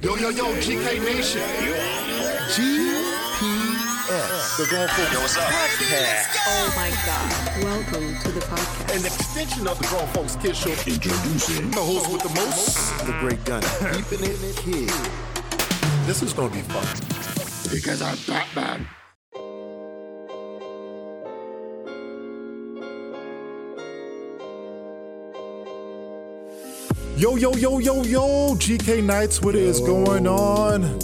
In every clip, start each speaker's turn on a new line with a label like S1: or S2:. S1: Yo, yo, yo, GK Nation.
S2: GPS. The Grown Folks
S3: Yo, what's up?
S2: Podcast.
S4: Oh my God. Welcome to the podcast.
S1: An extension of the Grown Folks Kids Show. Introducing the host with the most.
S2: The Great Gun. Keeping it here.
S1: This is gonna be fun. Because I'm Batman. Yo, yo, yo, yo, yo, GK Nights, what is going on?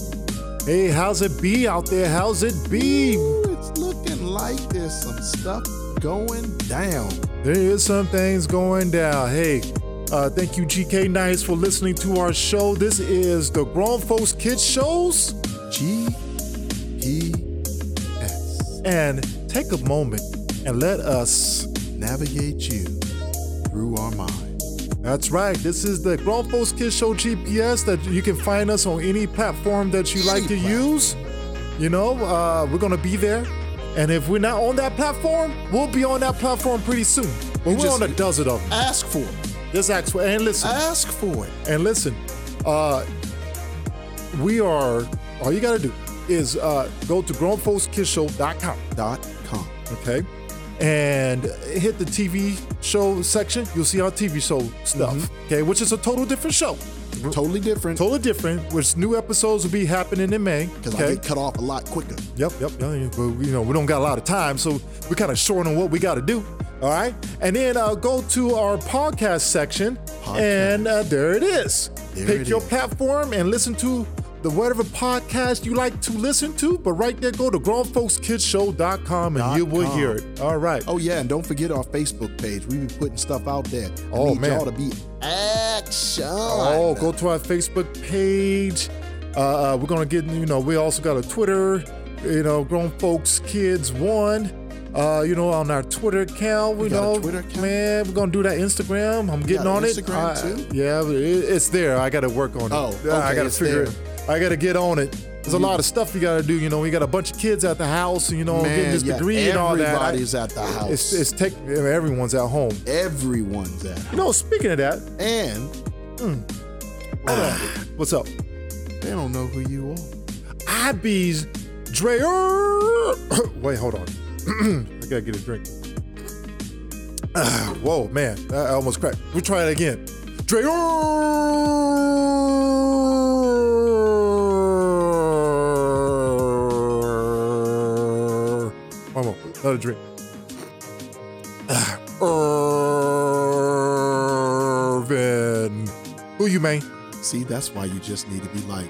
S1: Hey, how's it be out there? How's it be?
S2: It's looking like there's some stuff going down.
S1: There is some things going down. Hey, uh, thank you, GK Nights, for listening to our show. This is the Grown Folks Kids Shows.
S2: GPS.
S1: And take a moment and let us.
S2: Navigate you through our mind.
S1: That's right. This is the Grown Folks Kids Show GPS that you can find us on any platform that you like to use. You know, uh, we're going to be there. And if we're not on that platform, we'll be on that platform pretty soon. But we're
S2: just-
S1: on a dozen of them.
S2: Ask for it.
S1: This actual, and listen.
S2: Ask for it.
S1: And listen, uh, we are, all you got to do is uh, go to grownfolkskidshow.com,
S2: Dot com.
S1: okay? And hit the TV show section. You'll see our TV show stuff,
S2: Mm-hmm.
S1: okay? Which is a total different show.
S2: Totally different.
S1: Totally different, which new episodes will be happening in May.
S2: Because I get cut off a lot quicker.
S1: Yep, yep, yep. But you know, we don't got a lot of time, so we're kind of short on what we got to do. All right, and then uh, go to our podcast section,
S2: Podcast.
S1: and uh, there it is.
S2: There
S1: Pick
S2: it
S1: your
S2: is.
S1: platform and listen to the whatever podcast you like to listen to. But right there, go to grownfolkskidshow.com and
S2: Dot
S1: you will
S2: com.
S1: hear it. All right.
S2: Oh yeah, and don't forget our Facebook page. We be putting stuff out there. I
S1: Oh,
S2: need
S1: man.
S2: y'all to be action.
S1: Oh, go to our Facebook page. Uh, uh, we're gonna get you know. We also got a Twitter. You know, grown folks, kids one. Uh, you know, on our Twitter account, we,
S2: got a
S1: know,
S2: Twitter account?
S1: man, we're gonna do that Instagram. I'm getting on
S2: got Instagram,
S1: it. I-
S2: too?
S1: Yeah, but it, it's there. I gotta work on it.
S2: Oh,
S1: Yeah, I
S2: okay,
S1: gotta
S2: it's
S1: figure
S2: there.
S1: it. I gotta get on it. There's a lot of stuff you gotta do. You know, we got a bunch of kids at the house. You know, getting
S2: Man,
S1: this
S2: yeah,
S1: degree and all that. I-
S2: everybody's at the house.
S1: It's, it's take everyone's at home.
S2: Everyone's at.
S1: You know, speaking of that,
S2: And
S1: what's up?
S2: they don't know who you are.
S1: I bees Dreyer. Wait, hold on. I gotta get a drink. Ah, whoa, man, I I almost cracked. We'll try it again. Dreyer. One more, another drink. Ah, Irvin. Who you, man?
S2: See, that's why you just need to be like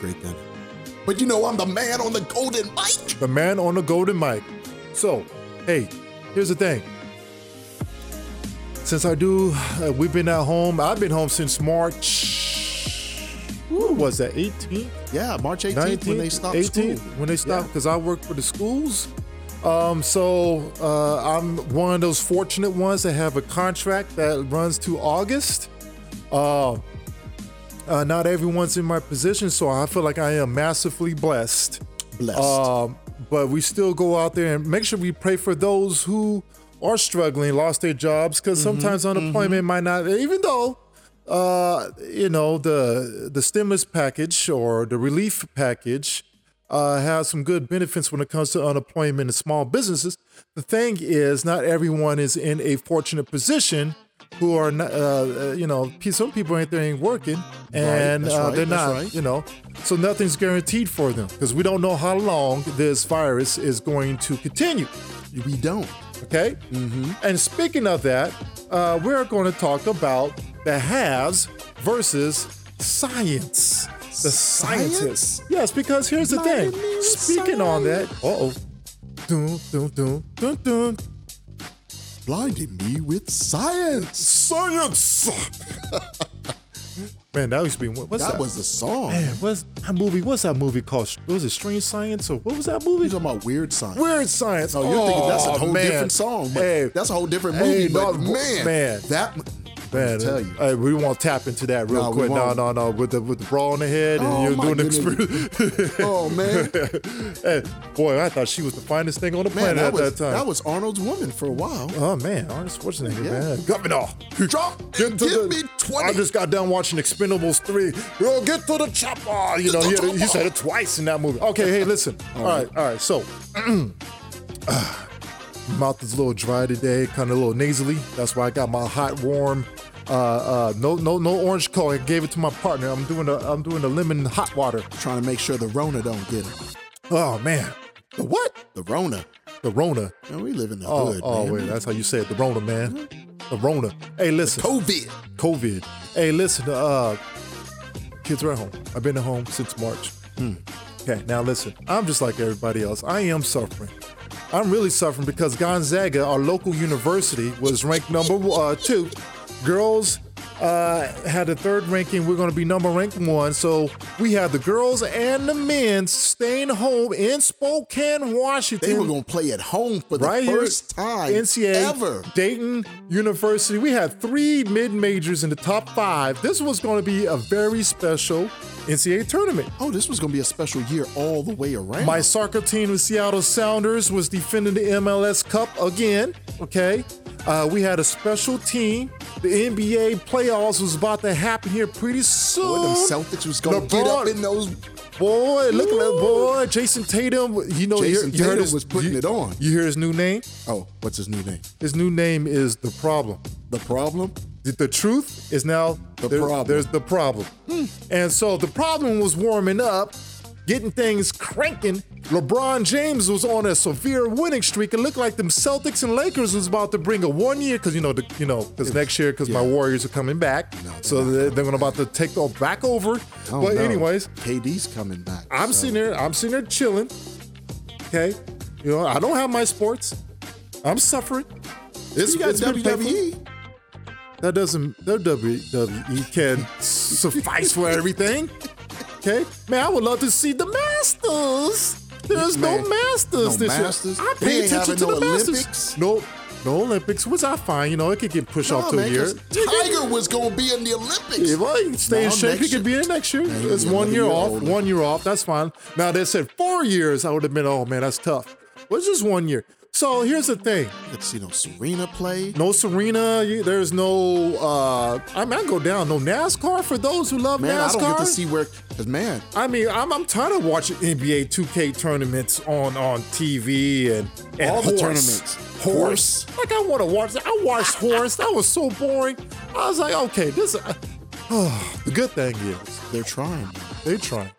S2: great then. But you know I'm the man on the golden mic.
S1: the man on the golden mic. So, hey, here's the thing. Since I do, uh, we've been at home. I've been home since March. What was that? 18th,
S2: Yeah, March 18th
S1: 19th,
S2: when they stopped
S1: 18th,
S2: school.
S1: when they stopped, because I work for the schools. Um, so uh, I'm one of those fortunate ones that have a contract that runs to August. Uh, uh, not everyone's in my position, so I feel like I am massively blessed.
S2: Blessed.
S1: Um, but we still go out there and make sure we pray for those who are struggling, lost their jobs, because sometimes unemployment might not. Even though, uh, you know, the the stimulus package or the relief package uh, has some good benefits when it comes to unemployment and small businesses. The thing is, not everyone is in a fortunate position. Who are not, uh, uh, you know, pe- some people ain't there ain't working, and
S2: that's
S1: uh,
S2: right,
S1: they're
S2: that's
S1: not,
S2: right.
S1: you know so nothing's guaranteed for them because we don't know how long this virus is going to continue
S2: we don't.
S1: okay mm-hmm. and speaking of that uh, we're going to talk about the haves versus science the
S2: Science?
S1: scientists yes because here's the
S2: Blimey,
S1: thing speaking on that uh-oh Dun, dun, dun, dun, dun.
S2: Blinded me with science.
S1: Science! Man, that used to be what's
S2: That
S1: that?
S2: was the song.
S1: Man, what's that movie? What's that movie called? Was it Strange Science or what was that movie?
S2: You talking about weird science?
S1: Weird Science.
S2: No, you're thinking that's a
S1: Oh,
S2: whole
S1: man.
S2: different song. But
S1: Hey.
S2: that's a whole different
S1: Hey,
S2: movie. but
S1: dog,
S2: man,
S1: man.
S2: that
S1: Man,
S2: tell you.
S1: eh? hey, we won't tap into that real
S2: No, we
S1: quick. No,
S2: won't.
S1: no, no. With the with the bra on the head and
S2: Oh,
S1: you're
S2: my
S1: doing the
S2: goodness. oh man,
S1: exper- hey, boy, I thought she was the finest thing on the planet
S2: man, that
S1: at
S2: was
S1: that time.
S2: that was Arnold's woman for a while.
S1: oh man, Arnold Schwarzenegger,
S2: Yeah.
S1: man, governor.
S2: Drop,
S1: Get
S2: give
S1: to the-
S2: me
S1: I
S2: twenty.
S1: just got done watching Expendables 3. Yo, get to the chopper. You know, he, had- he said it twice in that movie. Okay, hey, listen. all right, all right. So, ah, mouth is a little dry today, kind of a little nasally. That's why I got my hot, warm. Uh, uh, no, no, no orange coke. I gave it to my partner. I'm doing a, I'm doing a lemon hot water.
S2: Trying to make sure the Rona don't get it.
S1: Oh man, the what?
S2: The Rona.
S1: The Rona.
S2: Man, we live in the
S1: Oh,
S2: hood,
S1: oh
S2: man.
S1: wait, that's how you say it. The Rona, man. The Rona. Hey, listen.
S2: COVID.
S1: COVID. Hey, listen, uh, kids are at home. I've been at home since March.
S2: Hmm.
S1: Okay, now listen, I'm just like everybody else. I am suffering. I'm really suffering because Gonzaga, our local university, was ranked number uh, two. Girls uh, had a third ranking. We're going to be number ranked one. So we have the girls and the men staying home in Spokane, Washington
S2: They were gonna play at home for the
S1: right
S2: first
S1: here,
S2: time
S1: NCAA,
S2: ever.
S1: Dayton University. We had three mid majors in the top five. This was going to be a very special NCAA tournament.
S2: Oh, this was gonna be a special year all the way around.
S1: My soccer team, the Seattle Sounders, was defending the MLS Cup again. Okay. Uh, we had a special team. The NBA playoffs was about to happen here pretty soon.
S2: Boy, them Celtics was gonna get up
S1: LeBron-
S2: in those.
S1: Boy, look at that
S2: Woo!
S1: boy. Jason Tatum, you know,
S2: Jason
S1: you, heard- you heard
S2: Tatum
S1: his,
S2: was putting
S1: you-
S2: it on.
S1: You hear his new name?
S2: Oh, what's his new name?
S1: His new name is The Problem.
S2: The problem?
S1: The, the truth is now
S2: The
S1: there-
S2: problem. Hmm.
S1: there's the problem. And so the problem was warming up, getting things cranking. LeBron James was on a severe winning streak. It looked like them Celtics and Lakers was about to bring a one year because you know the, you know because next year because my
S2: yeah.
S1: Warriors are coming back,
S2: they're
S1: so
S2: not
S1: they're, they're gonna about to take all back over.
S2: I don't
S1: But
S2: know.
S1: anyways,
S2: KD's coming back.
S1: I'm
S2: so-
S1: sitting there, I'm sitting there chilling. Okay, you know I don't have my sports. I'm suffering. It's,
S2: You got
S1: it's been painful.
S2: WWE.
S1: That doesn't that WWE can suffice for everything. Okay, man, I would love to see the Masters. There's no
S2: Man,
S1: Masters
S2: no
S1: this
S2: Masters.
S1: year. I
S2: They
S1: pay
S2: ain't
S1: attention
S2: having
S1: to
S2: no
S1: the Masters.
S2: Olympics.
S1: No, no Olympics. Which I find, you know, it could get pushed
S2: No,
S1: off to a
S2: man,
S1: year.
S2: 'cause Tiger was gonna be in the Olympics.
S1: If I stay in
S2: Now,
S1: shape, he
S2: next
S1: could be in next year.
S2: he'll
S1: it's
S2: be
S1: one
S2: another
S1: year
S2: year
S1: off.
S2: older.
S1: One year off. That's fine. Now they said four years. I would have been. Oh man, that's tough. But it's just one year. So here's the thing.
S2: Let's see no Serena play.
S1: No Serena. you- There's no. Uh, I mean, I go down. No NASCAR for those who love
S2: Man, I
S1: NASCAR.
S2: don't get to see where. Cause man,
S1: I mean, I'm, I'm tired of watching NBA 2K tournaments on on TV and, and
S2: All the
S1: horse.
S2: tournaments.
S1: Horse. Like I want to watch. that. I watched horse. That was so boring. I was like, okay, this. uh, the good thing is
S2: they're trying.
S1: they try.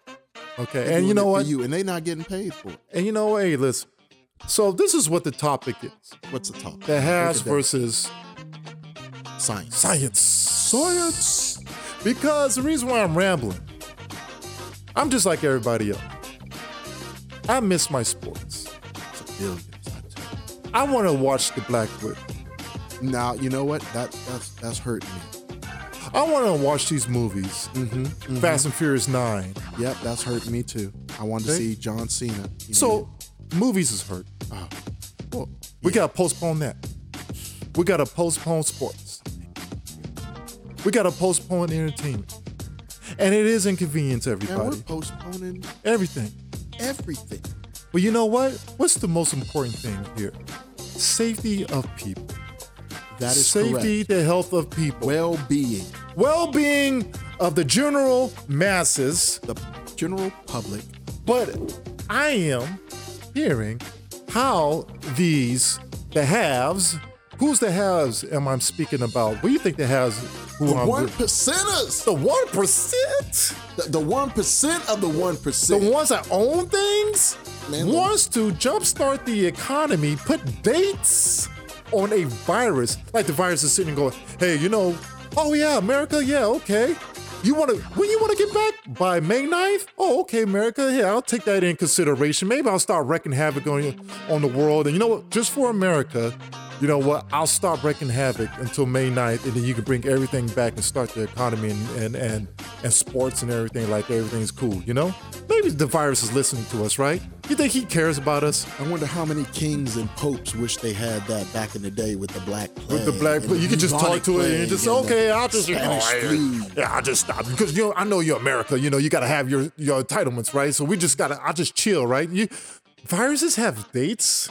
S1: Okay,
S2: Doing
S1: and you
S2: it
S1: know
S2: for
S1: what?
S2: You and they not getting paid for it.
S1: And you know what? Hey, listen. So this is what the topic is:
S2: What's the top?
S1: the has
S2: Break it
S1: versus
S2: down. science.
S1: science. Science. Because the reason why I'm rambling, I'm just like everybody else. I miss my sports.
S2: Billions. I tell
S1: I want to watch the Black Widow.
S2: you. Now you know what? That that's that's hurting me.
S1: I want to watch these movies. Fast and Furious Nine.
S2: Yep, that's hurting me too. I wanted
S1: Okay.
S2: to see John Cena. You
S1: So
S2: know,
S1: movies is hurt.
S2: oh,
S1: Well, we gotta postpone that. We gotta postpone sports. We gotta postpone entertainment. And it is inconvenience,
S2: man, we're
S1: everybody.
S2: postponing
S1: Everything.
S2: everything.
S1: But you know what? What's the most important thing here? Safety of people.
S2: That is
S1: Safety,
S2: correct.
S1: the health of people.
S2: Well-being.
S1: Well being of the general masses.
S2: The general public.
S1: But I am hearing how these the haves. Who's the haves? Am I speaking about? What do you think the haves? Who
S2: The
S1: I'm
S2: one
S1: with?
S2: percenters.
S1: the one percent,
S2: The- The one percent of the one
S1: the
S2: percent.
S1: ones that own things,
S2: Man, the-
S1: wants to jumpstart the economy, put dates on a virus. Like the virus is sitting and going, hey, you know, oh yeah, America, yeah, okay. You want to when you want to get back by May 9th? Oh, okay, America. Yeah, I'll take that in consideration. Maybe I'll start wrecking havoc on, on the world. And you know what? Just for America, you know what? I'll stop wrecking havoc until May 9th, and then you can bring everything back and start the economy and and and, and sports and everything like everything's cool. You know? Maybe the virus is listening to us, right? You think he cares about us?
S2: I wonder how many kings and popes wish they had that back in the day with the black plague.
S1: With the black,
S2: and
S1: plague, you can just talk
S2: bubonic
S1: to it and you
S2: plague
S1: just
S2: and the
S1: okay. I'll just
S2: Spanish
S1: you
S2: flu.
S1: know, I- yeah, I'll just stop because you know I know you're America. You know you got to have your your entitlements, right? So we just gotta. I'll just chill, right? You viruses have dates.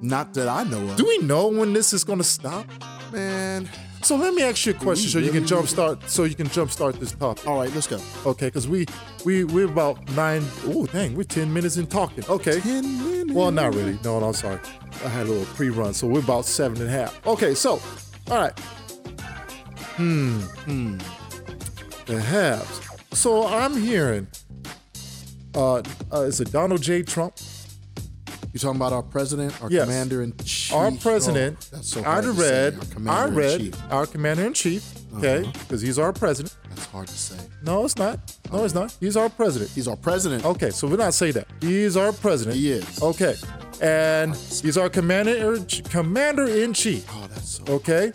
S2: Not that I know of.
S1: Do we know when this is gonna stop?
S2: man.
S1: So let me ask you a question, so you can jumpstart. So you can jumpstart this topic,
S2: All right, let's go.
S1: okay? Because we we we're about nine. Oh dang, we're ten minutes in talking. Okay.
S2: Ten minutes.
S1: Well, not really. No, no, I'm sorry. I had a little pre-run, so we're about seven and a half. Okay, so, all right. Hmm. The halves. So I'm hearing. Uh, uh, is it Donald J. Trump?
S2: You talking about our president, our
S1: Yes.
S2: commander in chief?
S1: Our president.
S2: Oh, that's so
S1: I
S2: hard to say.
S1: read.
S2: Our
S1: I
S2: commander in
S1: read.
S2: chief. Uh-huh.
S1: Our commander in chief. Okay, because he's our president.
S2: That's hard to say.
S1: No, it's not. No, it's not. He's our president.
S2: He's our president.
S1: Okay, so we're not say that. He's our president.
S2: He is.
S1: Okay, and he's our commander commander in chief.
S2: Oh, that's so.
S1: okay?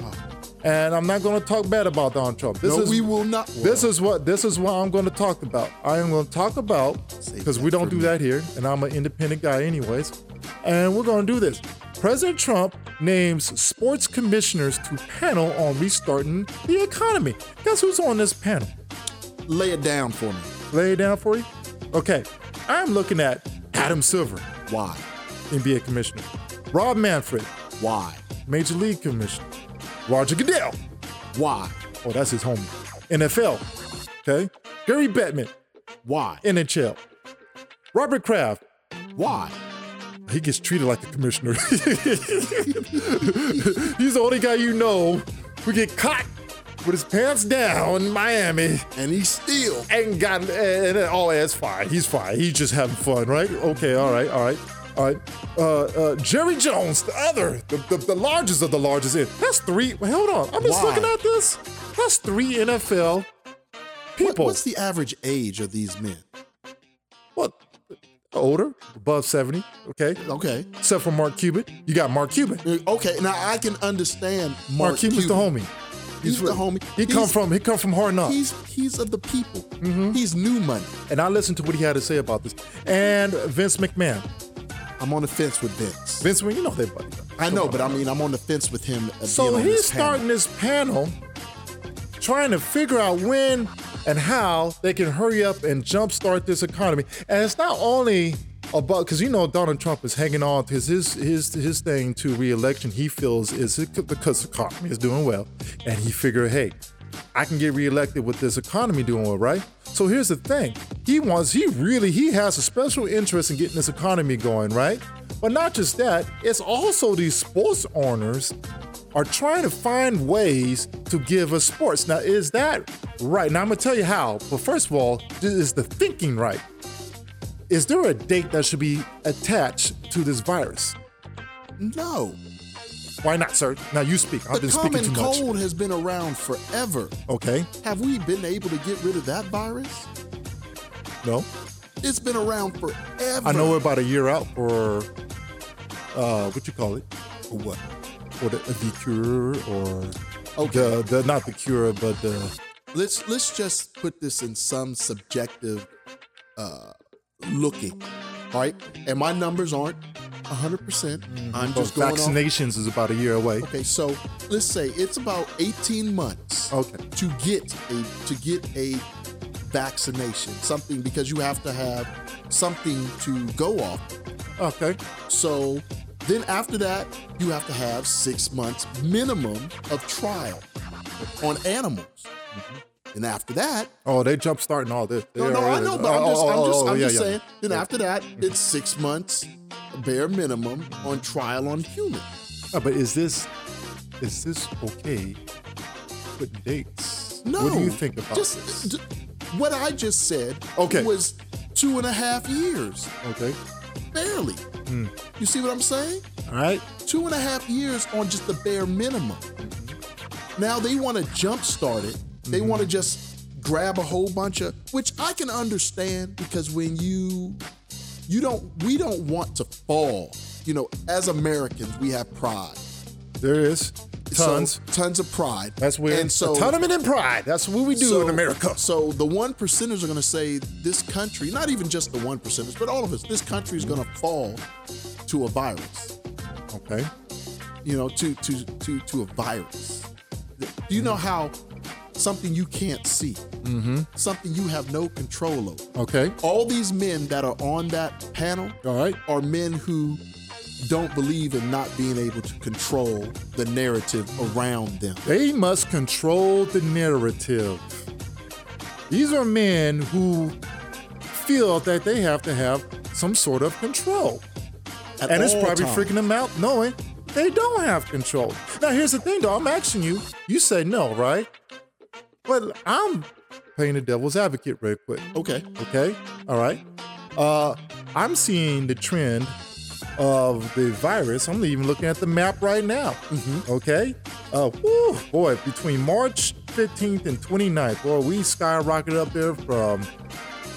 S1: And I'm not going to talk bad about Donald Trump. This
S2: no,
S1: is
S2: we will not.
S1: this is what this is what I'm going to talk about. I am going to talk about
S2: Save
S1: because we
S2: that
S1: don't
S2: for
S1: do
S2: me.
S1: that here, and I'm an independent guy, anyways. And we're going to do this. President Trump names sports commissioners to panel on restarting the economy. Guess who's on this panel?
S2: lay it down for me.
S1: Lay it down for you. Okay, I'm looking at Adam Silver,
S2: Why?
S1: NBA commissioner, Rob Manfred,
S2: Why?
S1: Major League commissioner, Roger Goodell,
S2: Why?
S1: Oh, that's his homie. NFL. Okay. Gary Bettman,
S2: Why?
S1: NHL. Robert Kraft,
S2: Why?
S1: he gets treated like a commissioner. He's the only guy you know who get caught with his pants down in Miami
S2: And he still.
S1: and got and, and oh, that's fine. He's fine. He's just having fun, right? Okay, all right, all right. All right, uh, uh, Jerry Jones, the other, the, the, the largest of the largest. In. That's three. Hold on, I'm just
S2: Why?
S1: looking at this. That's three NFL
S2: What-
S1: people.
S2: what's the average age of these men?
S1: Well, older, above 70, okay?
S2: Okay.
S1: Except for Mark Cuban. You got Mark Cuban. Mark,
S2: Okay. Now I can understand Mark,
S1: Cuban's
S2: Cuban.
S1: the homie.
S2: He's, the
S1: with-
S2: homie.
S1: He
S2: He's-
S1: come from he come from hard knocks.
S2: He's he's of the people.
S1: Mm-hmm.
S2: He's new money.
S1: And I listened to what he had to say about this. And Vince McMahon.
S2: I'm on the fence with Vince.
S1: Vince McMahon, you know they buddy.
S2: I know, but I mean, I'm on the fence with him. uh, being
S1: So
S2: on
S1: he's
S2: this panel.
S1: starting this panel trying to figure out when and how they can hurry up and jumpstart this economy. And it's not only about because you know Donald Trump is hanging on because his his his thing to reelection he feels is it- because the economy is doing well, and he figured, hey, I can get reelected with this economy doing well, right? So here's the thing: he wants, he really, he has a special interest in getting this economy going, right? But not just that; it's also these sports owners are trying to find ways to give us sports. Now, is that right? Now, I'm gonna tell you how. But first of all, this is the thinking right? Is there a date that should be attached to this virus?
S2: No,
S1: Why not, sir? Now you speak. I've
S2: the
S1: been speaking too
S2: common
S1: much.
S2: cold has been around forever.
S1: Okay.
S2: Have we been able to get rid of that virus?
S1: No.
S2: It's been around forever.
S1: I know we're about a year out for uh, what you call it,
S2: For what?
S1: or the, the cure, or
S2: Okay.
S1: the, the not the cure, but the
S2: Let's let's just put this in some subjective uh, looking. All right, and my numbers aren't 100. percent
S1: Mm-hmm.
S2: I'm just
S1: Oh,
S2: going off
S1: vaccinations is about a year away.
S2: Okay, so let's say it's about 18 months
S1: Okay.
S2: to get a to get a vaccination, something because you have to have something to go off.
S1: Okay.
S2: So then after that, you have to have 6 months minimum of trial on animals.
S1: Mm-hmm.
S2: And after that,
S1: Oh, they jump starting all this.
S2: no,
S1: They
S2: no, I
S1: already-
S2: know, but I'm
S1: oh,
S2: just,
S1: oh,
S2: I'm just,
S1: oh,
S2: I'm
S1: yeah,
S2: just
S1: yeah.
S2: saying. Then after that, it's six months, bare minimum, on trial on humans.
S1: Yeah, Uh, but is this is this okay? Put dates.
S2: No.
S1: What do you think about
S2: just,
S1: this?
S2: d- what I just said
S1: Okay.
S2: was two and a half years,
S1: okay.
S2: barely.
S1: Hmm.
S2: You see what I'm saying?
S1: All right.
S2: Two and a half years on just the bare minimum. Now they want to jumpstart it. They
S1: Mm-hmm.
S2: want to just grab a whole bunch of, which I can understand because when you, you don't, we don't want to fall. You know, as Americans, we have pride.
S1: There is. Tons.
S2: So, tons of pride.
S1: That's weird.
S2: And so
S1: Autonomy and pride. That's what we do
S2: so-
S1: in America.
S2: So the one percenters are going to say this country, not even just the one percenters, but all of us, this country is going to fall to a virus.
S1: Okay.
S2: You know, to to to to a virus. Do you know how something you can't see,
S1: Mm-hmm.
S2: something you have no control over?
S1: Okay.
S2: All these men that are on that panel
S1: All right.
S2: are men who don't believe in not being able to control the narrative around them.
S1: They must control the narrative. These are men who feel that they have to have some sort of control.
S2: At
S1: and it's
S2: all
S1: probably
S2: times.
S1: freaking them out knowing they don't have control. Now, here's the thing, though. I'm asking you. You say no, right? But I'm playing the devil's advocate real quick.
S2: Okay.
S1: Okay. All right. Uh, I'm seeing the trend of the virus. I'm even looking at the map right now. Mm-hmm, Okay. Uh, woo, boy, between March 15th and 29th, boy, we skyrocketed up there from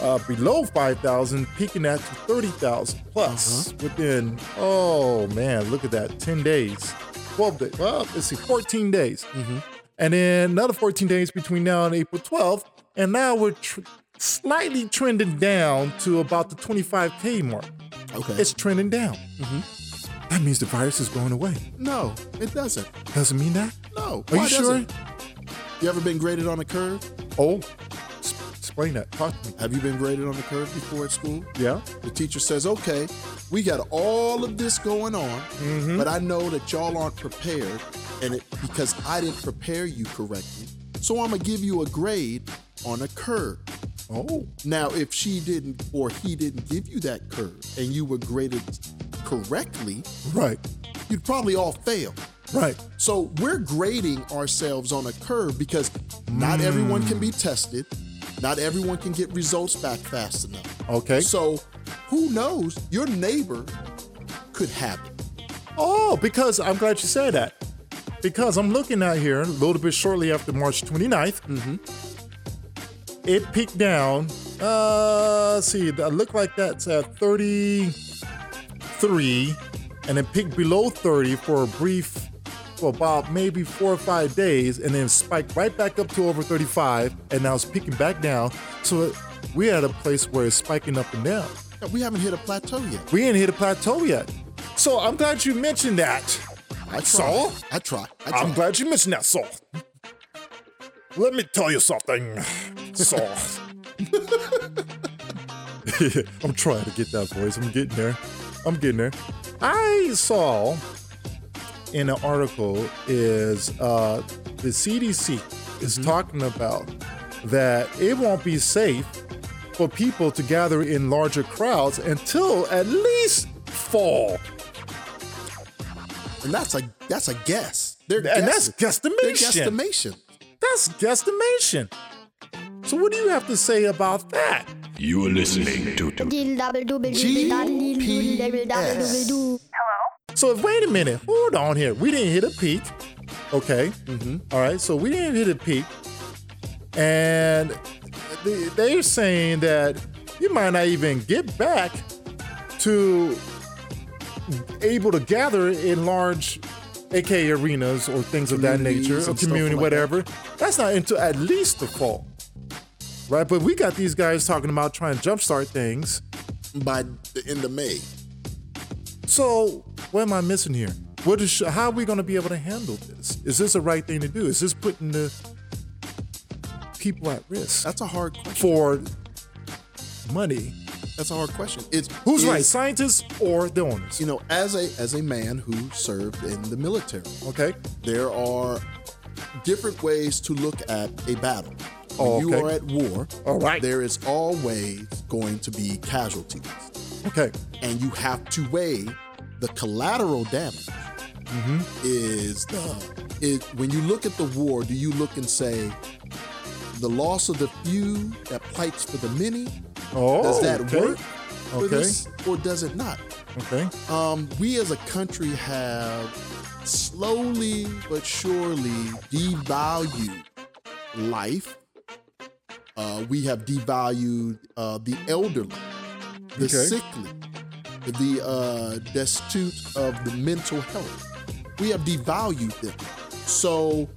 S1: uh, below 5,000, peaking at to 30,000 plus within, oh man, look at that, 10 days, 12 days, well, let's see, 14 days. And then another 14 days between now and April 12th. And now we're tr- slightly trending down to about the 25K mark.
S2: Okay.
S1: It's trending down. That means the virus is going away.
S2: no, it doesn't.
S1: Doesn't mean that?
S2: No.
S1: Are
S2: Why
S1: you
S2: does
S1: sure?
S2: it? You ever been graded on a curve?
S1: Oh, s- explain that. Talk to me.
S2: Have you been graded on a curve before at school?
S1: Yeah.
S2: The teacher says, okay, we got all of this going on, but I know that y'all aren't prepared, and it because I didn't prepare you correctly. So I'm gonna give you a grade on a curve.
S1: Oh,
S2: Now, if she didn't or he didn't give you that curve and you were graded correctly,
S1: right,
S2: you'd probably all fail.
S1: right.
S2: So we're grading ourselves on a curve because not everyone can be tested. Not everyone can get results back fast enough.
S1: Okay.
S2: So who knows? Your neighbor could have it.
S1: Oh, because I'm glad you said that. Because I'm looking out here a little bit shortly after March 29th. It peaked down. Uh, let's see, I look like that's at 33, and it peaked below 30 for a brief, for about maybe four or five days, and then spiked right back up to over 35, and now it's peaking back down. So it, we're at a place where it's spiking up and down.
S2: We haven't hit a plateau yet.
S1: We ain't hit a plateau yet. So I'm glad you mentioned that.
S2: I try.
S1: Saul?
S2: I try. I try.
S1: I'm glad you mentioned that, Saul. Let me tell you something, Saul. I'm trying to get that voice. I'm getting there. I'm getting there. I saw in an article is uh, the CDC is talking about that it won't be safe for people to gather in larger crowds until at least fall.
S2: and that's a that's a guess. They're
S1: And that's
S2: guessing. They're
S1: guesstimation.
S2: guesstimation.
S1: That's guesstimation. So what do you have to say about that?
S3: You are listening to
S2: GPS.
S1: So wait a minute, hold on here. We didn't hit a peak, okay?
S2: Mm-hmm.
S1: All right, so we didn't hit a peak, and they- they're saying that you might not even get back to able to gather in large, aka arenas or things of that
S2: Communities
S1: nature, or
S2: and stuff
S1: community,
S2: like that.
S1: whatever. That's not until at least the fall, right? But we got these guys talking about trying to jumpstart things.
S2: By the end of May.
S1: So, what am I missing here? What is how are we going to be able to handle this? Is this the right thing to do? Is this putting the people at risk
S2: That's a hard question.
S1: for money?
S2: That's a hard question. It's
S1: Who's
S2: is-
S1: right, scientists or the owners?
S2: You know, as a as a man who served in the military,
S1: Okay,
S2: there are different ways to look at a battle. When
S1: Oh,
S2: you
S1: okay.
S2: are at war,
S1: All right.
S2: there is always going to be casualties.
S1: okay,
S2: And you have to weigh the collateral damage
S1: Mm-hmm.
S2: is the is when you look at the war, do you look and say the loss of the few that plights for the many?
S1: Oh,
S2: does that
S1: okay.
S2: work for
S1: Okay.
S2: this or does it not?
S1: okay,
S2: um, we as a country have slowly but surely devalued life. Uh, we have devalued uh, the elderly, the
S1: Okay.
S2: sickly, the uh, destitute of the mental health. We have devalued them. So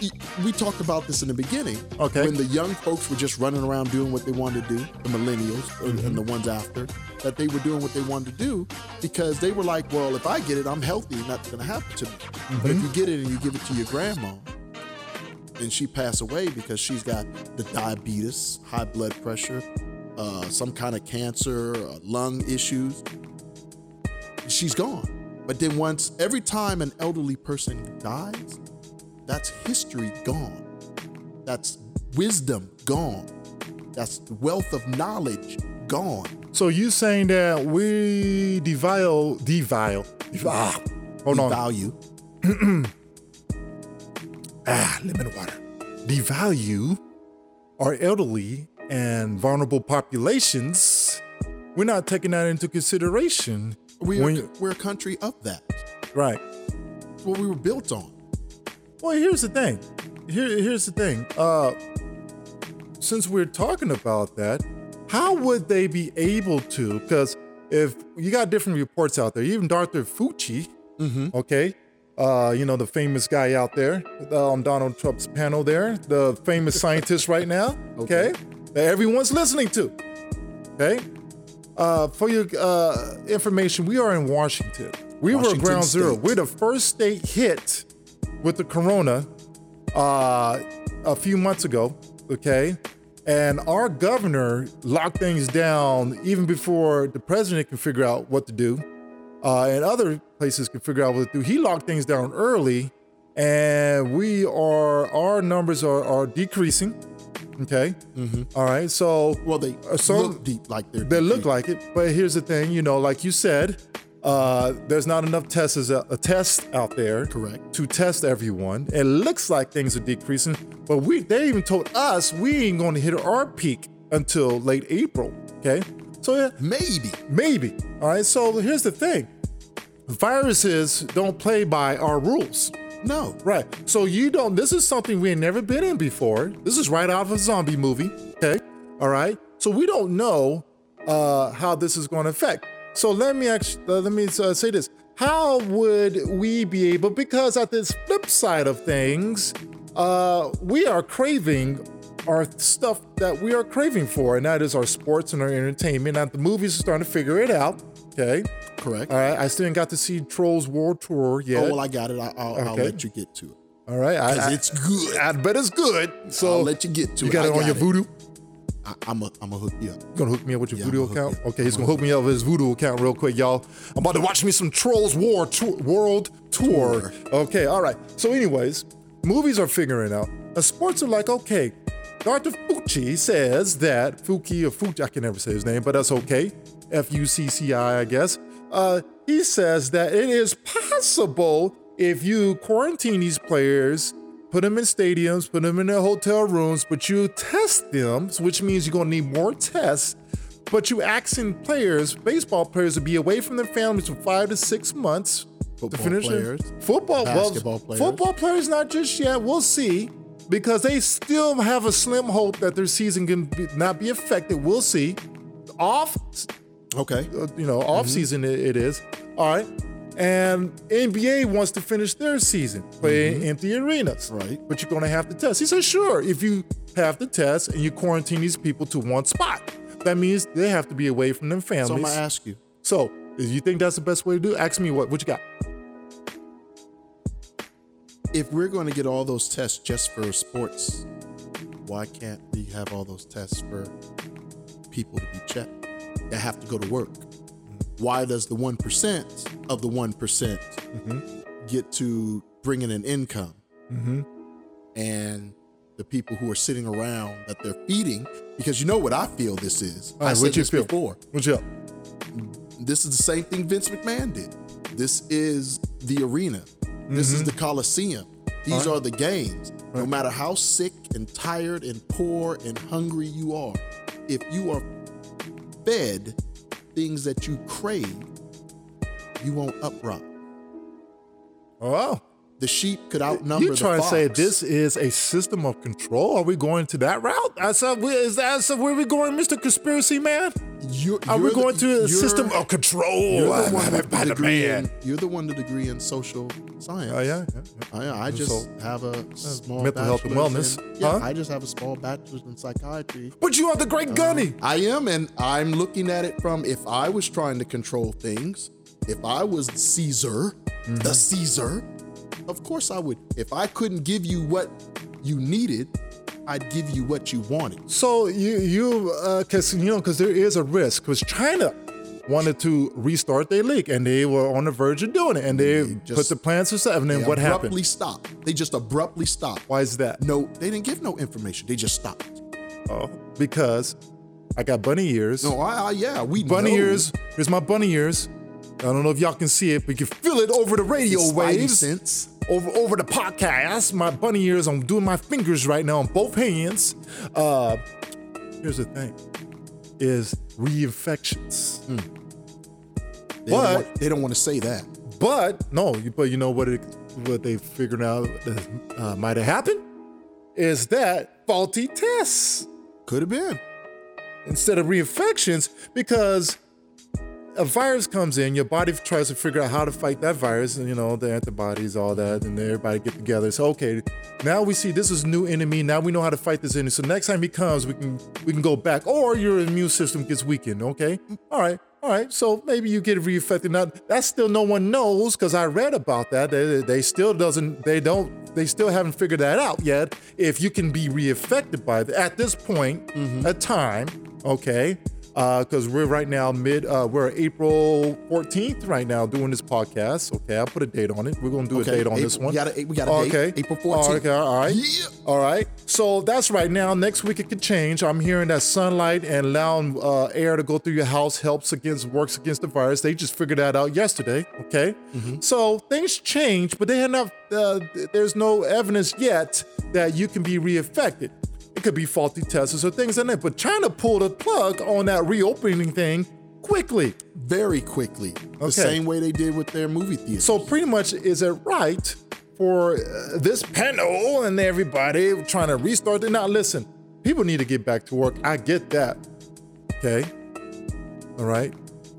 S2: e- we talked about this in the beginning.
S1: Okay.
S2: When the young folks were just running around doing what they wanted to do, the millennials and- and the ones after, that they were doing what they wanted to do because they were like, well, if I get it, I'm healthy. Nothing's going to happen to me. But if you get it and you give it to your grandma, and she passed away because she's got the diabetes, high blood pressure, uh, some kind of cancer, uh, lung issues. She's gone. But then once every time an elderly person dies, that's history gone. That's wisdom gone. That's wealth of knowledge gone.
S1: So you saying that we devile, devile, devile. ah, hold on,
S2: Value.
S1: ah, lemon water, devalue our elderly and vulnerable populations. We're not taking that into consideration.
S2: We are,
S1: When-
S2: we're a country of that.
S1: right.
S2: It's what we were built on.
S1: Well, here's the thing. Here, here's the thing. Uh, since we're talking about that, how would they be able to? Because if you got different reports out there, even Dr. Fucci, okay, uh, you know the famous guy out there uh, on Donald Trump's panel there, the famous scientist right now, okay, that everyone's listening to, okay. Uh, for your uh, information, we are in Washington. We
S2: Washington
S1: were ground zero.
S2: State.
S1: We're the first state hit with the corona uh, a few months ago, okay? And our governor locked things down even before the president can figure out what to do, uh, and other places can figure out what to do. He locked things down early, and we are our numbers are, are decreasing. Okay,
S2: Mm-hmm.
S1: All right, so
S2: Well, they
S1: Uh, some-
S2: look deep like they're
S1: they look
S2: deep.
S1: like it, but here's the thing, you know, like you said, uh, there's not enough tests a, a test out there,
S2: Correct.
S1: to test everyone. It looks like things are decreasing, but we they even told us we ain't going to hit our peak until late April. Okay, so yeah,
S2: maybe.
S1: maybe. All right, so here's the thing: viruses don't play by our rules.
S2: No.
S1: Right. So you don't. This is something we ain't never been in before. This is right out of a zombie movie. Okay. All right. So we don't know uh, how this is going to affect. So let me actually, let me uh, say this. How would we be able? Because at this flip side of things, uh, we are craving our stuff that we are craving for, and that is our sports and our entertainment. Now the movies are starting to figure it out. Okay.
S2: Correct.
S1: All right. I still ain't got to see Trolls World Tour yet.
S2: Oh well, I got it. I, I'll, I'll
S1: Okay.
S2: let you get to it
S1: All right. I-
S2: because
S1: I-
S2: it's good.
S1: I bet it's good. So
S2: I'll let you get to
S1: you
S2: it.
S1: got
S2: I
S1: it on your voodoo. You
S2: I, I'm a, I'm gonna hook you up.
S1: gonna hook me up with your
S2: Yeah,
S1: voodoo
S2: I'm gonna hook
S1: account?
S2: you.
S1: Okay, he's gonna hook me up with his voodoo account real quick, y'all. I'm about to watch me some Trolls War Tour World Tour.
S2: Tour.
S1: Okay, all right. So, anyways, movies are figuring out. And sports are like, okay, Dr. Fucci says that Fuki or Fucci, I can never say his name, but that's okay. F U C C I, I guess. Uh, he says that it is possible if you quarantine these players put them in stadiums, put them in their hotel rooms, but you test them, which means you're gonna need more tests. But you asking players, baseball players, to be away from their families for five to six months.
S2: Football
S1: to finish their-
S2: players,
S1: football, well,
S2: basketball players.
S1: football players, not just yet. We'll see, because they still have a slim hope that their season can be, not be affected. We'll see. Off
S2: Okay.
S1: uh, you know
S2: Mm-hmm.
S1: off season it- it is all right and nba wants to finish their season playing empty arenas
S2: Mm-hmm. Right.
S1: but you're going to have to test he said sure if you have to test and you quarantine these people to one spot that means they have to be away from their families
S2: So I'm gonna ask you.
S1: so if you think that's the best way to do it, ask me what what you got
S2: if we're going to get all those tests just for sports, why can't we have all those tests for people to be checked that have to go to work? Why does the 1% of the one
S1: Mm-hmm.
S2: get to bring in an income? And the people who are sitting around that they're feeding, because you know what I feel this is.
S1: All right,
S2: I
S1: what
S2: said
S1: you
S2: this
S1: feel?
S2: before.
S1: what's up
S2: This is the same thing Vince McMahon did. This is the arena. This
S1: Mm-hmm.
S2: is the Coliseum. These are the games. No matter how sick and tired and poor and hungry you are, if you are fed things that you crave, you won't upright.
S1: oh wow
S2: The sheep could outnumber
S1: You
S2: the
S1: trying to
S2: fox.
S1: say this is a system of control? Are we going to that route? I said, we- is that so where we going, Mr. Conspiracy Man?
S2: You're,
S1: Are
S2: you're
S1: we
S2: the-
S1: going to
S2: you're-
S1: a system of control
S2: You're the
S1: by-
S2: one with
S1: by
S2: the
S1: the
S2: degree
S1: man?
S2: in, you're the one with the degree in social science.
S1: Oh, yeah, yeah,
S2: I, I just uh,
S1: So-
S2: have a small
S1: mental health and
S2: bachelor's
S1: wellness,
S2: in- yeah,
S1: huh?
S2: I just have a small bachelor's in psychiatry.
S1: But you are the great Gunny.
S2: I am, and I'm looking at it from if I was trying to control things, if I was Caesar, the Caesar, of course I would. If I couldn't give you what you needed, I'd give you what you wanted.
S1: So you you because you know because there is a risk because China wanted to restart their league and they were on the verge of doing it and they put
S2: just-
S1: the plans to set and then
S2: They
S1: what
S2: abruptly
S1: happened?
S2: stopped. They just abruptly stopped.
S1: Why is that?
S2: No, they didn't give no information. They just stopped.
S1: Oh, because I got bunny ears.
S2: No, I, I yeah, we
S1: bunny
S2: know.
S1: ears. Here's my bunny ears. I don't know if y'all can see it, but you can feel it over the radio
S2: Spidey
S1: waves,
S2: sense.
S1: over over the podcast. My bunny ears. I'm doing my fingers right now on both hands. Uh, here's the thing: is reinfections.
S2: They don't
S1: But-
S2: want- they don't want to say that.
S1: But no, you- but you know what? It, what they figured out that uh, might have happened is that faulty tests
S2: Could have been.
S1: instead of reinfections because a virus comes in, your body tries to figure out how to fight that virus, and you know the antibodies, all that, and everybody get together. So okay, now we see this is new enemy. Now we know how to fight this enemy. So next time he comes, we can we can go back, or your immune system gets weakened. Okay, all right, all right. So maybe you get reinfected. Now that's still no one knows because I read about that. They, they still doesn't. They don't. They still haven't figured that out yet. If you can be reinfected by that at this point, a time. Okay because Uh, we're right now mid uh, we're April 14th right now doing this podcast. Okay, I'll put a date on it. We're gonna do
S2: Okay,
S1: a date on
S2: April-
S1: this one. Oh,
S2: we got a- we got a date, April 14th.
S1: Okay, all right.
S2: Yeah.
S1: All right. So that's right now. Next week it could change. I'm hearing that sunlight and allowing uh, air to go through your house helps against works against the virus. They just figured that out yesterday. Okay. So things change, but they have not. Uh, th- there's no evidence yet that you can be reinfected. It could be faulty tests or things like that. But China pulled a plug on that reopening thing quickly.
S2: Very quickly. The
S1: Okay.
S2: same way they did with their movie theater.
S1: So pretty much, is it right for uh, this panel and everybody trying to restart? it? Now listen, people need to get back to work. I get that. Okay. All right.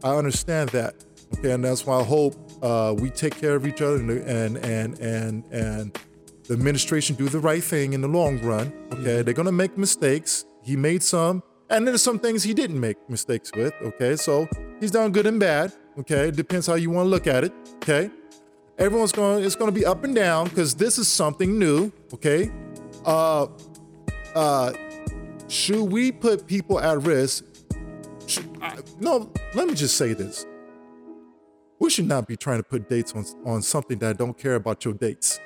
S1: I understand that. Okay, and that's why I hope uh, we take care of each other and and and and, and the administration do the right thing in the long run. Okay, they're gonna make mistakes. He made some, and there's some things he didn't make mistakes with. Okay, so he's done good and bad. Okay, depends how you want to look at it. Okay, everyone's going. It's gonna be up and down because this is something new. Okay, uh, uh, should we put people at risk? Should, I, no, let me just say this. We should not be trying to put dates on on something that don't care about your dates.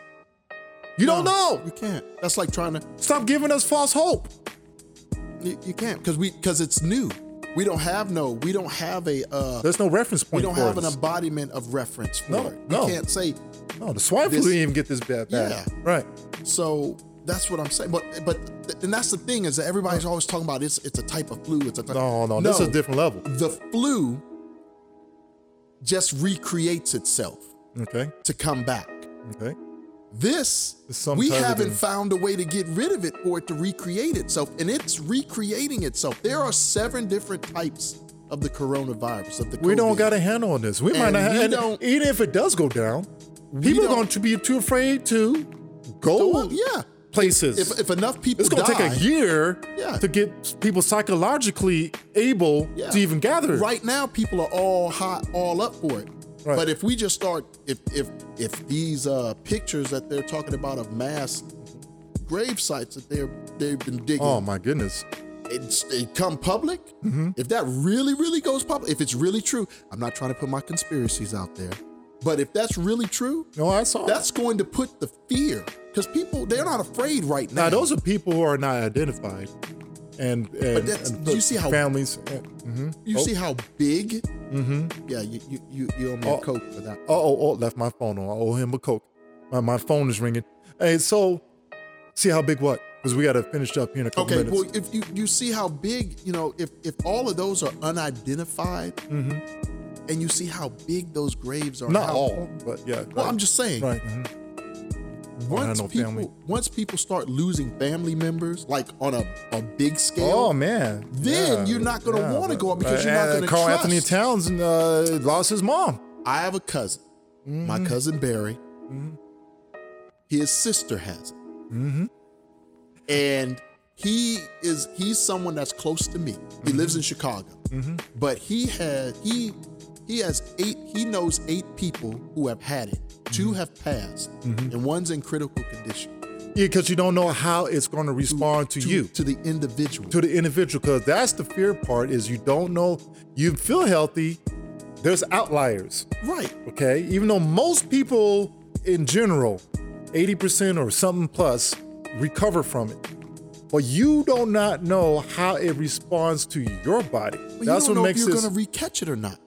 S1: You don't know.
S2: You can't. That's like trying to
S1: Stop giving us false hope.
S2: you, you can't because we because it's new. We don't have no, we don't have a uh
S1: There's no reference
S2: we
S1: point.
S2: don't
S1: for
S2: have an
S1: us.
S2: embodiment of reference for
S1: No,
S2: it. We
S1: no.
S2: can't say
S1: No, the swine flu
S2: this-
S1: didn't even get this bad. bad.
S2: Yeah.
S1: Right.
S2: so that's what I'm saying. But but and that's the thing is that everybody's always talking about it's it's a type of flu. It's a type
S1: No, no, this is a different level.
S2: The flu just recreates itself
S1: Okay.
S2: to come back.
S1: Okay.
S2: This
S1: It's some
S2: we
S1: type of
S2: haven't
S1: thing.
S2: found a way to get rid of it for it to recreate itself, and it's recreating itself. There are seven different types of the coronavirus. Of the
S1: We don't
S2: COVID.
S1: got a handle on this. We might
S2: And
S1: not
S2: we
S1: have.
S2: don't-
S1: And even if it does go down, people are
S2: don't-
S1: going to be too afraid to
S2: So
S1: go
S2: what? yeah.
S1: places.
S2: If, if enough people
S1: it's going to
S2: die,
S1: take a year
S2: Yeah.
S1: to get people psychologically able
S2: Yeah.
S1: to even gather.
S2: Right now, people are all hot, all up for it.
S1: Right.
S2: But if we just start, if if if these uh, pictures that they're talking about of mass grave sites that they're they've been digging,
S1: Oh my goodness.
S2: it's, it come public,
S1: Mm-hmm.
S2: if that really, really goes public, if it's really true, I'm not trying to put my conspiracies out there, but if that's really true,
S1: No, I saw.
S2: that's going to put the fear because people they're not afraid right now.
S1: now those are people who are not identified, and and,
S2: that's-
S1: and
S2: do you
S1: the
S2: see how-
S1: families. Mm-hmm.
S2: you see how big. Mm-hmm. Yeah, you you you you owe me a
S1: Oh.
S2: coke for that.
S1: Oh, oh, oh, left my phone on. I owe him a Coke. My, my phone is ringing. Hey, so see how big what? Because we got to finish up here in a couple
S2: Okay,
S1: Oh, minutes.
S2: well, if you you see how big, you know, if if all of those are unidentified, and you see how big those graves are,
S1: Mm-hmm. Not
S2: how-
S1: all, but yeah.
S2: Well,
S1: right.
S2: I'm just saying,
S1: Right. mhm.
S2: once
S1: no
S2: people
S1: family.
S2: once people start losing family members, like on a, a big scale,
S1: Oh man!
S2: Then you're not gonna wanna go out because you're not gonna
S1: uh, Carl
S2: trust.
S1: Anthony Towns uh, lost his mom.
S2: I have a cousin, my
S1: Mm-hmm.
S2: cousin Barry. His sister has it,
S1: Mm-hmm.
S2: and he is he's someone that's close to me. He lives
S1: Mm-hmm.
S2: in Chicago, but he had he he has eight. He knows eight people who have had it. 2
S1: Mm-hmm.
S2: have passed, and one's in critical condition.
S1: Yeah, because you don't know how it's going to respond to, you,
S2: to the individual.
S1: to the individual. Because that's the fear part is you don't know. You feel healthy. There's outliers.
S2: right.
S1: okay? Even though most people in general, 80% or something plus, recover from it. But you do not know how it responds to your body.
S2: But
S1: That's
S2: you don't
S1: what
S2: know
S1: makes
S2: if you're
S1: this,
S2: gonna recatch it or not.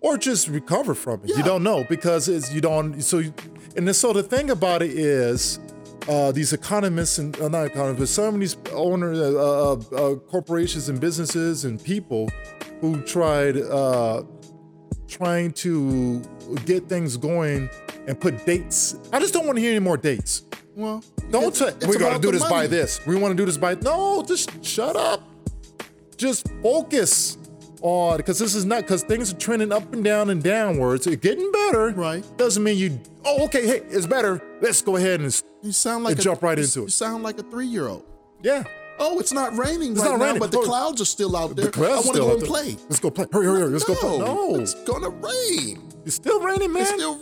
S1: or just recover from it.
S2: Yeah.
S1: You don't know because it's you don't. So, you, and then, so the thing about it is, uh, these economists and uh, not economists, but some of these owners, uh, uh, uh, corporations and businesses and people who tried uh, trying to get things going and put dates. I just don't want to hear any more dates.
S2: Well,
S1: Don't
S2: it's-
S1: say
S2: it's
S1: we gotta
S2: about
S1: do
S2: the
S1: this by
S2: money.
S1: this. We want to do this by no. Just shut up. Just focus on because this is not because things are trending up and down and downwards. It's getting better.
S2: Right.
S1: Doesn't mean you. Oh, okay. Hey, it's better. Let's go ahead and s-
S2: You sound like
S1: And jump right
S2: you-
S1: into it.
S2: You sound like a three-year-old.
S1: yeah.
S2: Oh, it's not raining
S1: It's
S2: right
S1: not
S2: now,
S1: raining.
S2: but the
S1: Oh,
S2: clouds are still out there.
S1: The grass
S2: I
S1: is
S2: want to
S1: still
S2: go
S1: out
S2: and
S1: there.
S2: play.
S1: Let's go play. Hurry, hurry, hurry. Let's
S2: no,
S1: go play. No,
S2: it's
S1: it's,
S2: gonna rain.
S1: still raining, man.
S2: It's
S1: It's still,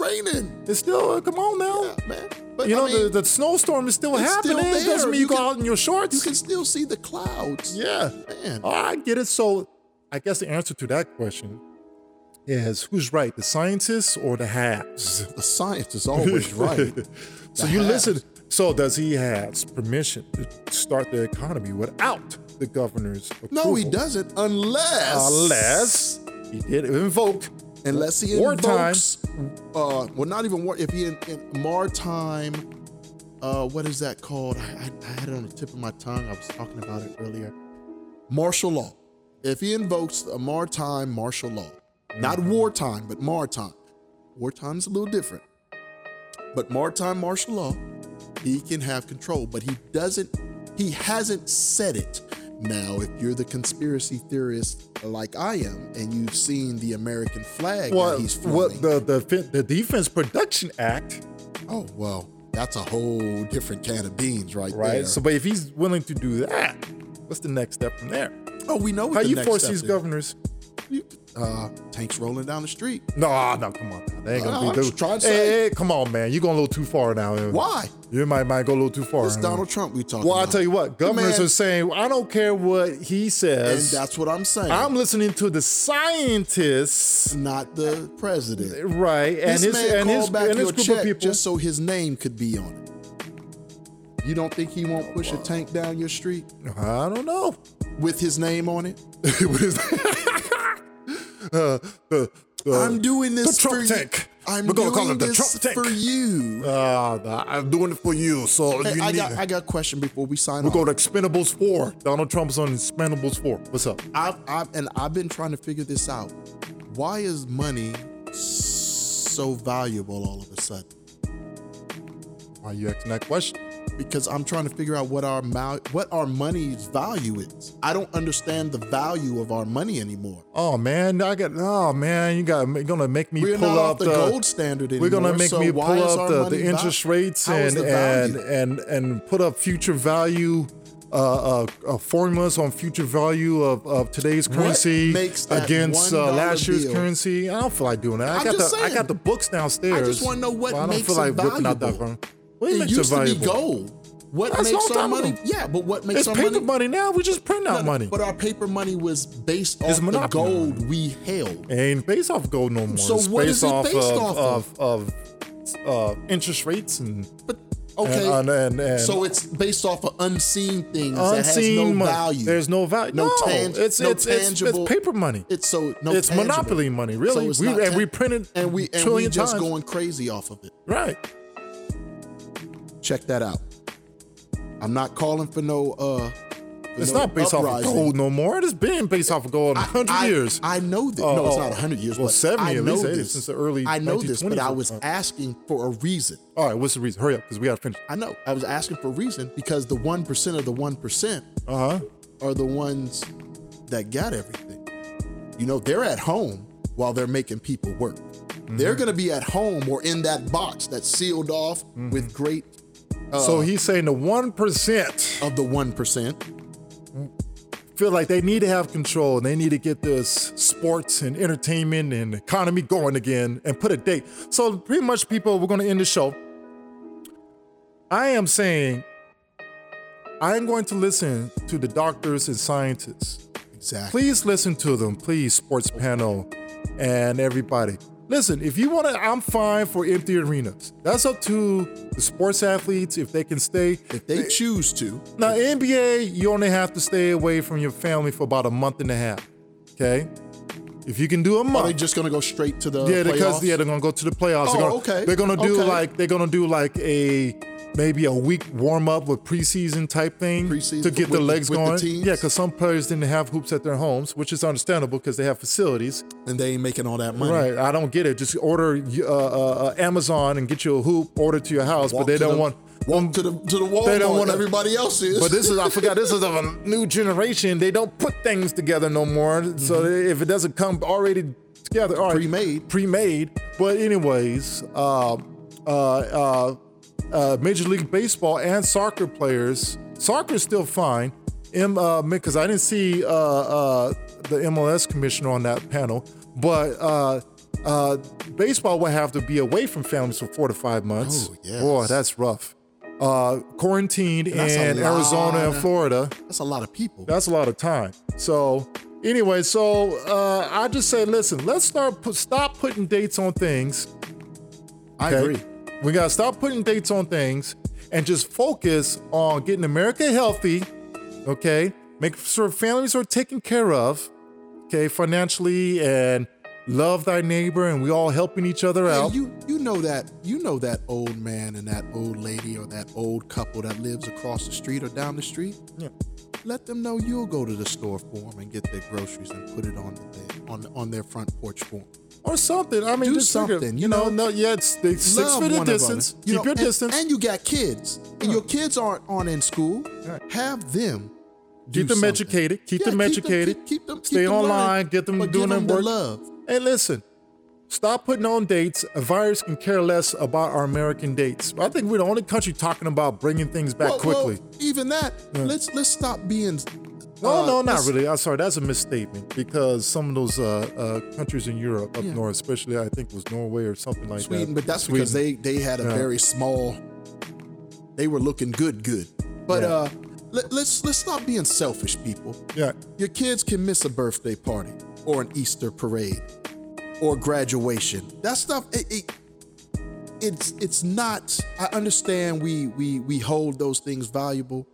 S2: still raining.
S1: uh, come on now.
S2: Yeah, man. But
S1: you
S2: I
S1: know
S2: mean,
S1: the, the snowstorm is still
S2: it's still
S1: happening. It
S2: there.
S1: doesn't mean you,
S2: You
S1: go
S2: can-
S1: out in your shorts.
S2: you can still see the clouds.
S1: Yeah.
S2: Man.
S1: Oh, I get it. So I guess the answer to that question is who's right, the scientists or the haves?
S2: The science is always right.
S1: so
S2: The
S1: you
S2: haves.
S1: listen. So does he have permission to start the economy without the governor's approval?
S2: No, he doesn't unless
S1: Unless he did invoke.
S2: unless he
S1: Wartime.
S2: invokes, uh, well, not even war. If he in, in Martime, uh, what is that called? I, I, I had it on the tip of my tongue. I was talking about it earlier. Martial law. If he invokes a Martime martial law, not wartime, but Martime. Wartime's a little different, but Martime martial law, he can have control, but he doesn't. He hasn't said it. Now, if you're the conspiracy theorist like I am, and you've seen the American flag
S1: Well,
S2: that he's
S1: well,
S2: flying,
S1: the, the fin- the Defense Production Act,
S2: oh well, that's a whole different can of beans, right,
S1: right?
S2: there.
S1: So, but if he's willing to do that, what's the next step from there?
S2: oh, we know what
S1: How
S2: the
S1: you
S2: next
S1: force
S2: step
S1: these
S2: is.
S1: governors?
S2: You- Uh, tanks rolling down the street.
S1: No, ah, no, come on. now. They ain't
S2: No,
S1: gonna
S2: I'm
S1: be
S2: just trying to
S1: Hey,
S2: Oh, say-
S1: hey, come on, man. You're going a little too far now.
S2: Why?
S1: You might might go a little too far.
S2: It's Donald Trump we talking
S1: Well, I
S2: about.
S1: tell you what,
S2: The
S1: governors
S2: man-
S1: are saying, I don't care what he
S2: and
S1: says.
S2: that's what I'm saying.
S1: I'm listening to the scientists,
S2: not the president.
S1: right? And
S2: this
S1: his
S2: man
S1: and
S2: called
S1: his,
S2: back
S1: and his
S2: your
S1: group
S2: check
S1: of people.
S2: just so his name could be on it. You don't think he won't push a tank down your street
S1: I don't know.
S2: with his name on it?
S1: What is Uh, uh, uh,
S2: I'm doing this
S1: the Trump
S2: for you-
S1: tank.
S2: I'm
S1: We're gonna
S2: doing
S1: call it the
S2: this
S1: Trump tank.
S2: for you.
S1: uh, I'm doing it for you, so
S2: Hey,
S1: you
S2: I
S1: need
S2: got
S1: it.
S2: I got a question before we sign
S1: We'll
S2: off.
S1: go to Expendables 4. Donald Trump's on Expendables 4. What's up?
S2: I've, I've and I've been trying to figure this out. Why is money so valuable all of a sudden?
S1: Why are you asking that question?
S2: because I'm trying to figure out what our mal- what our money's value is. I don't understand the value of our money anymore.
S1: Oh man, I got. Oh man, you got you're gonna make me
S2: We're
S1: pull
S2: not
S1: up
S2: off the gold standard
S1: We're gonna
S2: anymore,
S1: make
S2: so
S1: me
S2: why
S1: pull
S2: is
S1: up
S2: our
S1: the,
S2: money
S1: the interest
S2: val-
S1: rates
S2: how is
S1: and
S2: the
S1: and
S2: value?
S1: and and put up future value. Uh, uh, uh, formulas on future value of, of today's currency
S2: makes that
S1: against
S2: $1
S1: uh, last year's
S2: bill?
S1: currency. I don't feel like doing that. I
S2: I'm
S1: got
S2: just
S1: the I
S2: saying.
S1: got the books downstairs.
S2: wanna know what
S1: Well, I don't
S2: makes
S1: feel
S2: it
S1: like whipping out that
S2: valuable.
S1: phone. What
S2: It
S1: makes
S2: used to be
S1: valuable?
S2: gold. What
S1: That's a
S2: makes
S1: long
S2: our
S1: time
S2: money?
S1: ago.
S2: Yeah, but what makes
S1: It's
S2: our
S1: paper
S2: money?
S1: money? now. We just print out
S2: No, no,
S1: money.
S2: But our paper money was based
S1: It's
S2: off the
S1: monopoly
S2: gold we held.
S1: ain't based off gold no more.
S2: So
S1: it's
S2: what
S1: based
S2: is it
S1: off
S2: based
S1: of,
S2: off
S1: of, of, uh, interest rates and
S2: But okay,
S1: and- and- and-
S2: so it's based off of unseen things that has
S1: unseen
S2: no
S1: money.
S2: value.
S1: There's no value.
S2: No,
S1: No,
S2: tang-
S1: it's,
S2: no
S1: it's, it's- it's
S2: tangible-
S1: paper money.
S2: It's so no.
S1: It's
S2: tangible.
S1: monopoly money, really.
S2: So it's
S1: We-
S2: not
S1: and we
S2: tang-
S1: print it
S2: and we and we
S1: trillion
S2: just
S1: times.
S2: going crazy off of it.
S1: right.
S2: Check that out. I'm not calling for no uh
S1: It's
S2: know,
S1: not based off of
S2: uprising.
S1: gold no more. It's been based off of gold in 100
S2: I,
S1: years.
S2: I know this.
S1: Oh,
S2: no, it's
S1: oh.
S2: not 100 years.
S1: Well,
S2: but
S1: 70
S2: I
S1: at
S2: know
S1: least, 80,
S2: this.
S1: since the early
S2: I know this, but I
S1: 1920s.
S2: was asking for a reason.
S1: All right, what's the reason? Hurry up, because we got to finish.
S2: I know. I was asking for a reason because the 1% of the 1%
S1: Uh huh.
S2: are the ones that got everything. You know, they're at home while they're making people work. They're
S1: Mm-hmm.
S2: going to be at home or in that box that's sealed off
S1: Mm-hmm.
S2: with great Uh.
S1: so he's saying the 1%
S2: of the 1%.
S1: feel like they need to have control and they need to get this sports and entertainment and economy going again and put a date. So, pretty much, people, we're going to end the show. I am saying I'm going to listen to the doctors and scientists.
S2: Exactly.
S1: please listen to them please sports panel and everybody listen if you want to i'm fine for empty arenas that's up to the sports athletes if they can stay
S2: If they choose to,
S1: now nba you only have to stay away from your family for about a month and a half okay if you can do a
S2: are they
S1: month
S2: just going to go straight to the
S1: yeah
S2: playoffs?
S1: because yeah they're gonna go to the playoffs they're
S2: Oh,
S1: gonna,
S2: okay.
S1: they're gonna do
S2: Okay.
S1: like they're gonna do like a maybe a week warm up with preseason type thing
S2: Preseason
S1: to get the
S2: with the-
S1: legs
S2: with the
S1: going
S2: teams?
S1: yeah because some players didn't have hoops at their homes which is understandable because they have facilities
S2: and they ain't making all that money.
S1: Right, I don't get it. Just order uh, uh, uh, Amazon and get you a hoop, order to your house,
S2: Walk
S1: but they
S2: to
S1: don't
S2: the-
S1: want.
S2: walk to the to the wall.
S1: They don't want
S2: want everybody else is.
S1: But this is I forgot. This is of a new generation. They don't put things together no more. So if it doesn't come already together, all right,
S2: Pre-made.
S1: pre-made. But anyways, uh, uh, uh, uh, Major League Baseball and soccer players. Soccer's still fine. M because I didn't see uh, uh, the MLS commissioner on that panel, but uh, uh, baseball will have to be away from families for four to five months.
S2: Oh, yes.
S1: Boy, that's rough. Uh, quarantined
S2: that's a
S1: in Arizona
S2: lot
S1: and
S2: of-
S1: Florida.
S2: That's a lot of people.
S1: That's a lot of time. So anyway, so uh, I just say, listen, let's start put, stop putting dates on things.
S2: I
S1: okay?
S2: agree.
S1: We gotta stop putting dates on things and just focus on getting America healthy. Okay, make sure families are taken care of. Okay, financially and love thy neighbor, and we all helping each other
S2: Hey,
S1: out.
S2: you you know that you know that old man and that old lady or that old couple that lives across the street or down the street.
S1: Yeah.
S2: Let them know you'll go to the store for them and get their groceries and put it on the thing, on on their front porch for them.
S1: or something. I mean,
S2: Do
S1: just figure-
S2: something, you
S1: you know,
S2: know?
S1: no, yeah, it's the six
S2: Love
S1: feet of
S2: one another.
S1: distance.
S2: You
S1: Keep
S2: know,
S1: your
S2: and-
S1: distance.
S2: And you got kids, and your kids aren't aren't in school.
S1: Right.
S2: Have them. do
S1: keep them
S2: something.
S1: educated. Keep
S2: Yeah,
S1: them educated.
S2: Keep, keep them.
S1: Stay
S2: keep them learning,
S1: online. Get them
S2: but
S1: doing
S2: give
S1: their
S2: them the
S1: work.
S2: love.
S1: Hey, listen. Stop putting on dates. A virus can care less about our American dates. I think we're the only country talking about bringing things back
S2: Well, well,
S1: quickly.
S2: even that. Let's let's stop being.
S1: No,
S2: uh,
S1: no, not
S2: let's-
S1: really. I'm sorry, that's a misstatement because some of those uh, uh, countries in Europe up north, especially I think it was Norway or something like
S2: Sweden,
S1: that.
S2: but that's because
S1: Sweden.
S2: they they had a
S1: Yeah.
S2: very small. They were looking good, good. But
S1: Yeah.
S2: uh, let, let's let's stop being selfish, people.
S1: yeah,
S2: Your kids can miss a birthday party or an Easter parade or graduation. That stuff it, it it's it's not I understand we we we hold those things valuable,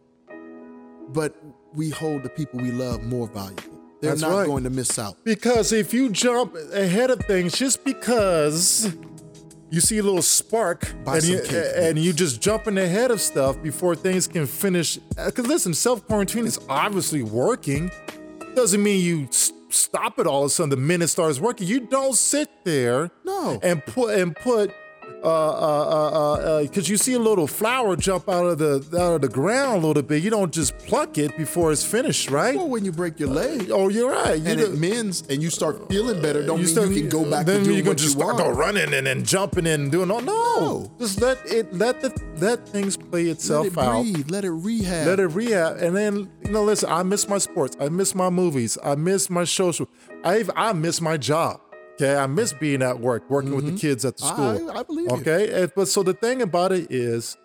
S2: but we hold the people we love more valuable. They're
S1: That's
S2: not
S1: right.
S2: going to miss out.
S1: Because if you jump ahead of things just because you see a little spark
S2: Buy
S1: and
S2: some
S1: you,
S2: cake,
S1: and you just jumping ahead of stuff before things can finish. Because listen, self quarantine is obviously working. Doesn't mean you s- stop it all of a sudden the minute it starts working. You don't sit there
S2: No.
S1: and put and put uh uh uh because you see a little flower jump out of the out of the ground a little bit. You don't just pluck it before it's finished, right?
S2: Well, when you break your leg,
S1: oh, you're right. You
S2: and
S1: don't-
S2: it mends and you start feeling better, don't mean
S1: still-
S2: you can go back
S1: then
S2: to doing
S1: you can
S2: what
S1: just
S2: you
S1: start
S2: want.
S1: running and then jumping and doing all. No,
S2: No.
S1: just let it let the let things play
S2: Let
S1: itself
S2: it
S1: out.
S2: breathe. Let it rehab.
S1: Let it rehab, and then you know. Listen, I miss my sports. I miss my movies. I miss my social. I I miss my job. Okay, I miss being at work, working with the kids at the
S2: Mm-hmm. I-
S1: school.
S2: I believe you.
S1: Okay, And- but so the thing about it is,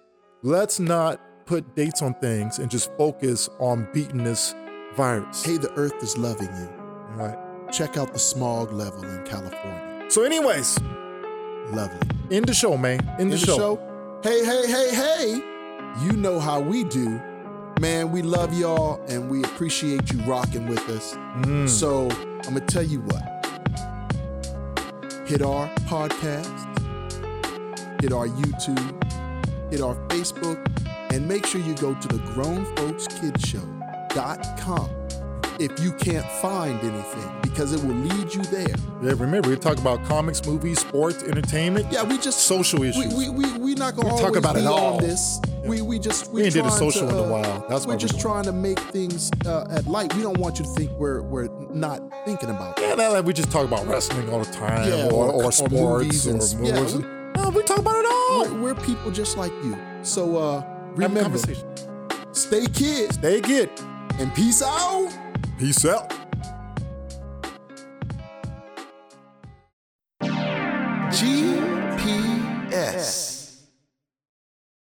S1: let's not put dates on things and just focus on beating this virus.
S2: Hey, the earth is loving you.
S1: All right.
S2: Check out the smog level in California.
S1: So, anyways,
S2: Lovely.
S1: end the show, man. End,
S2: In the show, hey, hey, hey, hey, you know how we do. Man, we love y'all and we appreciate you rocking with us. So I'm going to tell you what hit our podcast, hit our YouTube, hit our Facebook, and make sure you go to the Grown Folks Kids Show Amazon.com if you can't find anything because it will lead you there.
S1: Yeah, remember, we talk about comics, movies, sports, entertainment.
S2: Yeah, we just
S1: Social issues.
S2: We we we we not gonna
S1: We talk
S2: always
S1: about
S2: be
S1: it all.
S2: on this. We we just we
S1: ain't did a
S2: trying
S1: social
S2: to,
S1: in a
S2: uh,
S1: while. That's why
S2: we're
S1: we-
S2: just trying to make things uh, at light. We don't want you to think we're we're not thinking about it.
S1: Yeah, not like we just talk about wrestling all the time
S2: Yeah,
S1: or,
S2: or-
S1: or,
S2: or
S1: sports
S2: movies
S1: or
S2: and-
S1: movies.
S2: yeah,
S1: and- no, we talk about it all.
S2: We're, we're people just like you. So uh,
S1: Have
S2: remember,
S1: conversation.
S2: stay kids
S1: They get
S2: and peace out.
S1: peace out.